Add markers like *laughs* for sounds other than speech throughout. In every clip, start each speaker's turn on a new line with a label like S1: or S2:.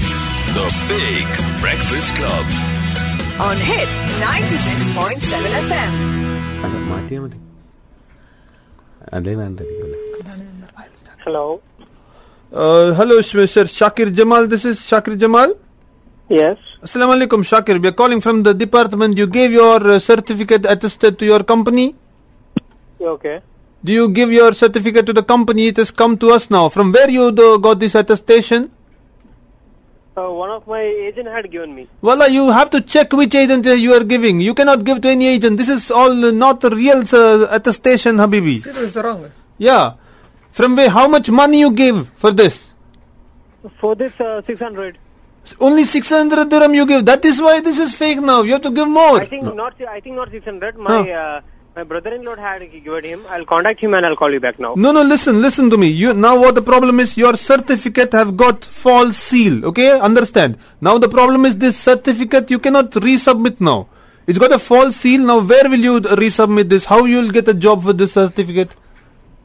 S1: The Big Breakfast Club.
S2: on Hit 96.7 FM.
S3: അത് മാറ്റിയാൽ മതി അതേ വേണ്ടായിരിക്കുമല്ലേ
S4: Hello.
S5: Uh, hello, Mr. Shakir Jamal. This is Shakir Jamal.
S4: Yes.
S5: Assalamu alaikum, Shakir. We are calling from the department. You gave your uh, certificate attested to your company.
S4: Okay.
S5: Do you give your certificate to the company? It has come to us now. From where you the, got this attestation?
S4: Uh, one of my agent had given me.
S5: Wallah, you have to check which agent uh, you are giving. You cannot give to any agent. This is all uh, not a real uh, attestation, Habibi. Yeah. From where? How much money you give for this?
S4: For this uh, 600.
S5: Only 600 dirham you give. That is why this is fake now. You have to give more.
S4: I think not. I think not 600. My uh, my brother-in-law had given him. I'll contact him and I'll call you back now.
S5: No, no, listen, listen to me. You now what the problem is? Your certificate have got false seal. Okay, understand? Now the problem is this certificate you cannot resubmit now. It's got a false seal. Now where will you resubmit this? How you'll get a job with this certificate?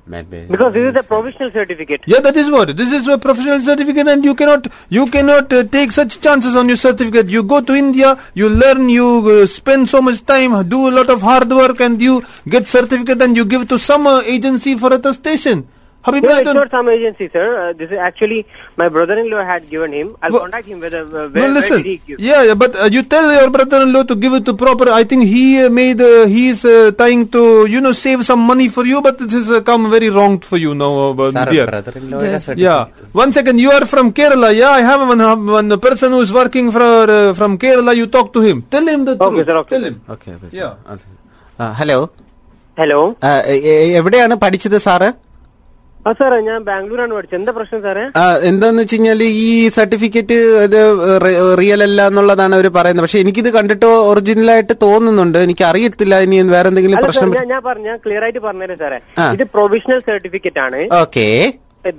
S3: Maybe.
S4: Because this is a provisional certificate.
S5: Yeah, that is what. This is a professional certificate, and you cannot you cannot uh, take such chances on your certificate. You go to India, you learn, you uh, spend so much time, do a lot of hard work, and you get certificate, and you give to some uh, agency for attestation. Habib,
S4: No,
S5: I
S4: it's
S5: don't-
S4: not some agency, sir. Uh, this is actually my brother-in-law had given him. I'll
S5: Well-
S4: contact him whether uh,
S5: No,
S4: where, where
S5: listen.
S4: did he give.
S5: Yeah, yeah, but uh, you tell your brother-in-law to give it to proper. I think he uh, made. Uh, he's uh, trying to, you know, save some money for you, but this has uh, come very wrong for you now, uh,
S3: Sir,
S5: dear.
S3: brother-in-law certificate.
S5: Yeah. One second. You are from Kerala. Yeah, I have one uh, one person who is working for uh, from Kerala. You talk to him. Tell him the
S4: Okay,
S5: truth.
S4: sir, okay.
S5: Tell him.
S3: Okay, okay, sir.
S5: Yeah.
S3: Okay. ആ, hello
S4: Hello.
S3: ആ, എ- എ- Uh, e, എവിടെയാണ് പഠിച്ചത് sir
S4: ആ സാറേ ഞാൻ ബാംഗ്ലൂരാണ് പഠിച്ചത് എന്താ പ്രശ്നം സാറേ
S3: ആ, എന്താന്ന് വെച്ച് കഴിഞ്ഞാല് ഈ സർട്ടിഫിക്കറ്റ് ഇത് റിയൽ അല്ല എന്നുള്ളതാണ് അവർ പറയുന്നത് പക്ഷെ എനിക്കിത് കണ്ടിട്ട് ഒറിജിനൽ ആയിട്ട് തോന്നുന്നുണ്ട് എനിക്ക് അറിയത്തില്ല ഇനി വേറെ എന്തെങ്കിലും
S4: അല്ല സാർ
S3: പ്രശ്നം
S4: ഞാൻ ഞാൻ പറഞ്ഞു ഞാൻ ക്ലിയർ ആയിട്ട് പറഞ്ഞുതരാം സാറേ
S3: ആ.
S4: ഇത് പ്രൊവിഷണൽ സർട്ടിഫിക്കറ്റ് ആണ്
S3: okay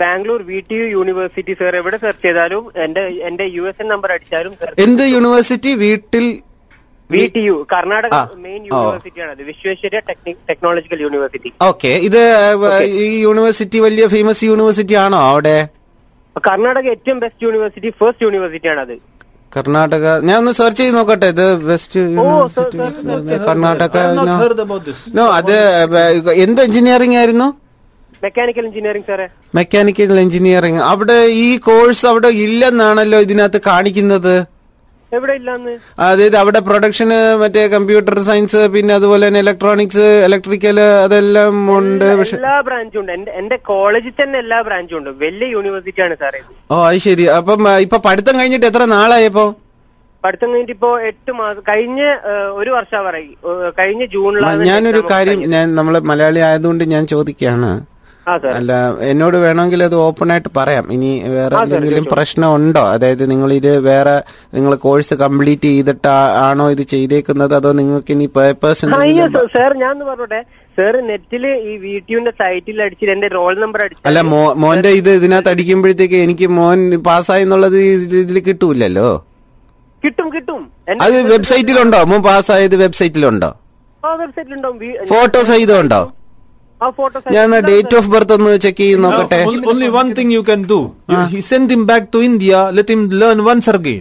S4: Bangalore V T U university sir എവിടെ സെർച്ച് ചെയ്താലും എന്റെ എന്റെ യു എസ് എൻ നമ്പർ അടിച്ചാലും
S3: എന്ത് യൂണിവേഴ്സിറ്റി വീട്ടിൽ
S4: വി ടി യു കർണാടക
S3: ആ.
S4: മെയിൻ
S3: ഓ.
S4: യൂണിവേഴ്സിറ്റിയാണ് അത് വിശ്വേശ്വര ടെക്നി- ടെക്നോളജിക്കൽ യൂണിവേഴ്സിറ്റി
S3: ഓക്കെ ഇത് ഈ യൂണിവേഴ്സിറ്റി വലിയ ഫേമസ് യൂണിവേഴ്സിറ്റി ആണോ അവിടെ
S4: കർണാടക ഏറ്റവും ബെസ്റ്റ് യൂണിവേഴ്സിറ്റി ഫസ്റ്റ് യൂണിവേഴ്സിറ്റിയാണ് അത്
S3: കർണാടക ഞാൻ ഒന്ന് സെർച്ച് ചെയ്ത് നോക്കട്ടെ ഇത് west
S4: sir,
S3: university
S4: sir,
S3: Karnataka
S5: I have not
S3: no.
S5: heard about this.
S3: No, അത് ഏഹ്, എന്ത് എഞ്ചിനീയറിംഗ് ആയിരുന്നു
S4: മെക്കാനിക്കൽ എഞ്ചിനീയറിംഗ് സാറേ
S3: മെക്കാനിക്കൽ എഞ്ചിനീയറിംഗ് അവിടെ ഈ കോഴ്സ് അവിടെ ഇല്ലെന്നാണല്ലോ ഇതിനകത്ത് കാണിക്കുന്നത്
S4: എവിടെ ഇല്ലാന്ന്
S3: അതായത് അവിടെ പ്രൊഡക്ഷന് മറ്റേ കമ്പ്യൂട്ടർ സയൻസ് പിന്നെ അതുപോലെ തന്നെ ഇലക്ട്രോണിക്സ് ഇലക്ട്രിക്കൽ അതെല്ലാം ഉണ്ട്
S4: എല്ലാ-
S3: പക്ഷെ
S4: എല്ലാ ബ്രാഞ്ചും ഉണ്ട് എന്റെ എന്റെ കോളേജിൽ തന്നെ എല്ലാ ബ്രാഞ്ചും ഉണ്ട് വലിയ യൂണിവേഴ്സിറ്റിയാണ് സാറേ ഇത്
S3: ഓ അത് ശരി അപ്പം ഏഹ്, ഇപ്പൊ പഠിത്തം കഴിഞ്ഞിട്ട് എത്ര നാളായപ്പോ
S4: പഠിത്തം കഴിഞ്ഞിട്ട് ഇപ്പോ എട്ട് മാസം കഴിഞ്ഞ ഏഹ്, ഒരു വർഷം പറയി കഴിഞ്ഞ ജൂണിലാണ്
S3: ഞാനൊരു
S4: exam ഒക്കെ
S3: കാര്യം
S4: കഴിഞ്ഞത്.
S3: ഞാൻ നമ്മള് മലയാളി ആയതുകൊണ്ട് ഞാൻ ചോദിക്കുകയാണ്
S4: ആ സാർ
S3: അല്ല എന്നോട് വേണമെങ്കിൽ അത് ഓപ്പൺ ആയിട്ട് പറയാം ഇനി വേറെ എന്തെങ്കിലും പ്രശ്നമുണ്ടോ അതായത് നിങ്ങൾ ഇത് വേറെ നിങ്ങൾ കോഴ്സ് കംപ്ലീറ്റ് ചെയ്തിട്ട് ആ- ആണോ ഇത് ചെയ്തേക്കുന്നത് അതോ നിങ്ങൾക്ക് ഇനി പേപ്പേഴ്സ്
S4: അയ്യോ സ- സാർ ഞാൻ പറഞ്ഞോട്ടെ സാർ നെറ്റില് ഈ വീട്ടിന്റെ സൈറ്റിൽ അടിച്ചിട്ട് എന്റെ റോൾ നമ്പർ
S3: അല്ല
S4: അടിച്ചു
S3: മോ- മോന്റെ ഇത് ഇതിനകത്ത് അടിക്കുമ്പോഴത്തേക്ക് എനിക്ക് മോൻ പാസ്സായി എന്നുള്ളത് ഇതിൽ കിട്ടൂലല്ലോ
S4: കിട്ടും കിട്ടും എന്റെ
S3: അത് വെബ്സൈറ്റിലുണ്ടോ മോൻ പാസ്സായത് വെബ്സൈറ്റിലുണ്ടോ
S4: ആ വെബ്സൈറ്റിൽ ഉണ്ടാവും വീ-
S3: ഫോട്ടോ സഹിതമുണ്ടോ
S4: ആ ഫോട്ടോ
S3: ഞാൻ ഡേറ്റ് ഓഫ് ബർത്ത് ഒന്ന് ചെക്ക് ചെയ്ത്
S5: No,
S3: നോക്കട്ടെ Ah.
S5: on- only one thing you can do. You, he send him back to India. Let him learn once again.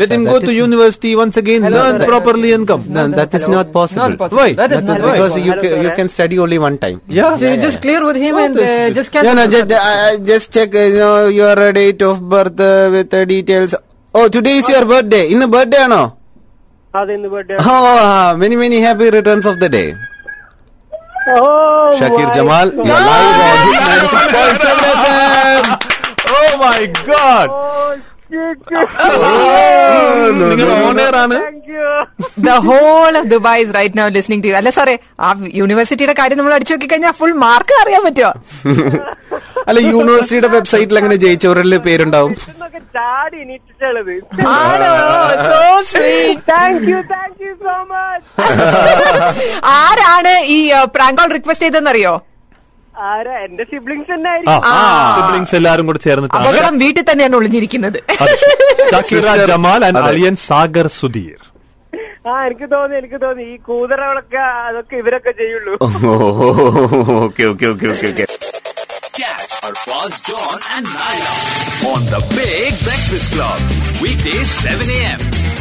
S5: Let
S3: sir,
S5: him go
S3: that
S5: to
S3: is-
S5: university once again. learn properly and come.
S3: No, that is not possible.
S5: Why?
S6: That is
S5: That
S6: not
S5: is-
S6: possible.
S3: Because you
S4: Hello,
S3: ca-
S4: sir.
S3: you can study only one time.
S5: Yeah.
S6: So you just clear with him and uh, just
S3: No,
S6: cancel.
S3: no,
S6: the
S3: just,
S6: service.
S3: uh, just check, uh, you know, your uh, date of birth uh, with the details. Oh, today is your birthday. ഇന്ന് birthday ആണോ Oh,
S4: അതെന്ന് birthday
S3: oh many many happy returns of the day
S4: oh
S3: Shakir Jamal
S5: Oh my God!
S3: Oh,
S5: നിങ്ങൾ owner ആണ്
S3: Ah.
S6: the whole of Dubai is right now listening to you. അല്ല സാറേ ആ യൂണിവേഴ്സിറ്റിയുടെ കാര്യം നമ്മൾ അടിച്ചു നോക്കി കഴിഞ്ഞാൽ ഫുൾ മാർക്ക് അറിയാൻ പറ്റുമോ
S3: അല്ല യൂണിവേഴ്സിറ്റിയുടെ വെബ്സൈറ്റിൽ അങ്ങനെ ജയിച്ചവരുടെ പേരുണ്ടാവും
S4: ചാടി എനിട്ടുള്ളത്
S6: ആണോ so
S4: *laughs*
S6: sweet
S4: thank you thank you so much
S6: ആരാണ് ഈ പ്രാങ്ക് കോൾ റിക്വസ്റ്റ് ചെയ്തെന്നറിയോ
S4: ആരാ എന്റെ സിബ്ലിങ്സ് തന്നെ
S5: ആ,
S4: ആയിരിക്കും
S5: ആ,
S3: Ah.
S5: siblings എല്ലാരും കൂടെ ചേർന്നിട്ടാണ്
S6: അപകടം വീട്ടിൽ തന്നെയാണ് ഒളിഞ്ഞിരിക്കുന്നത്
S5: *laughs*
S6: *laughs*
S5: ഷക്കീറ ജമാൽ ആൻഡ് അളിയൻ സാഗർ സുധീർ
S4: ആ എനിക്ക് തോന്നി എനിക്ക് തോന്നി ഈ കൂതറകളൊക്കെ അതൊക്കെ ഇവരൊക്കെ ചെയ്യുള്ളൂ
S3: okay okay okay okay okay
S1: Cat, Arfaz, John, and Naya on The Big Breakfast Club. Weekdays 7 a.m.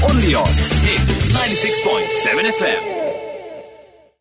S1: Only on Hit 96.7 FM.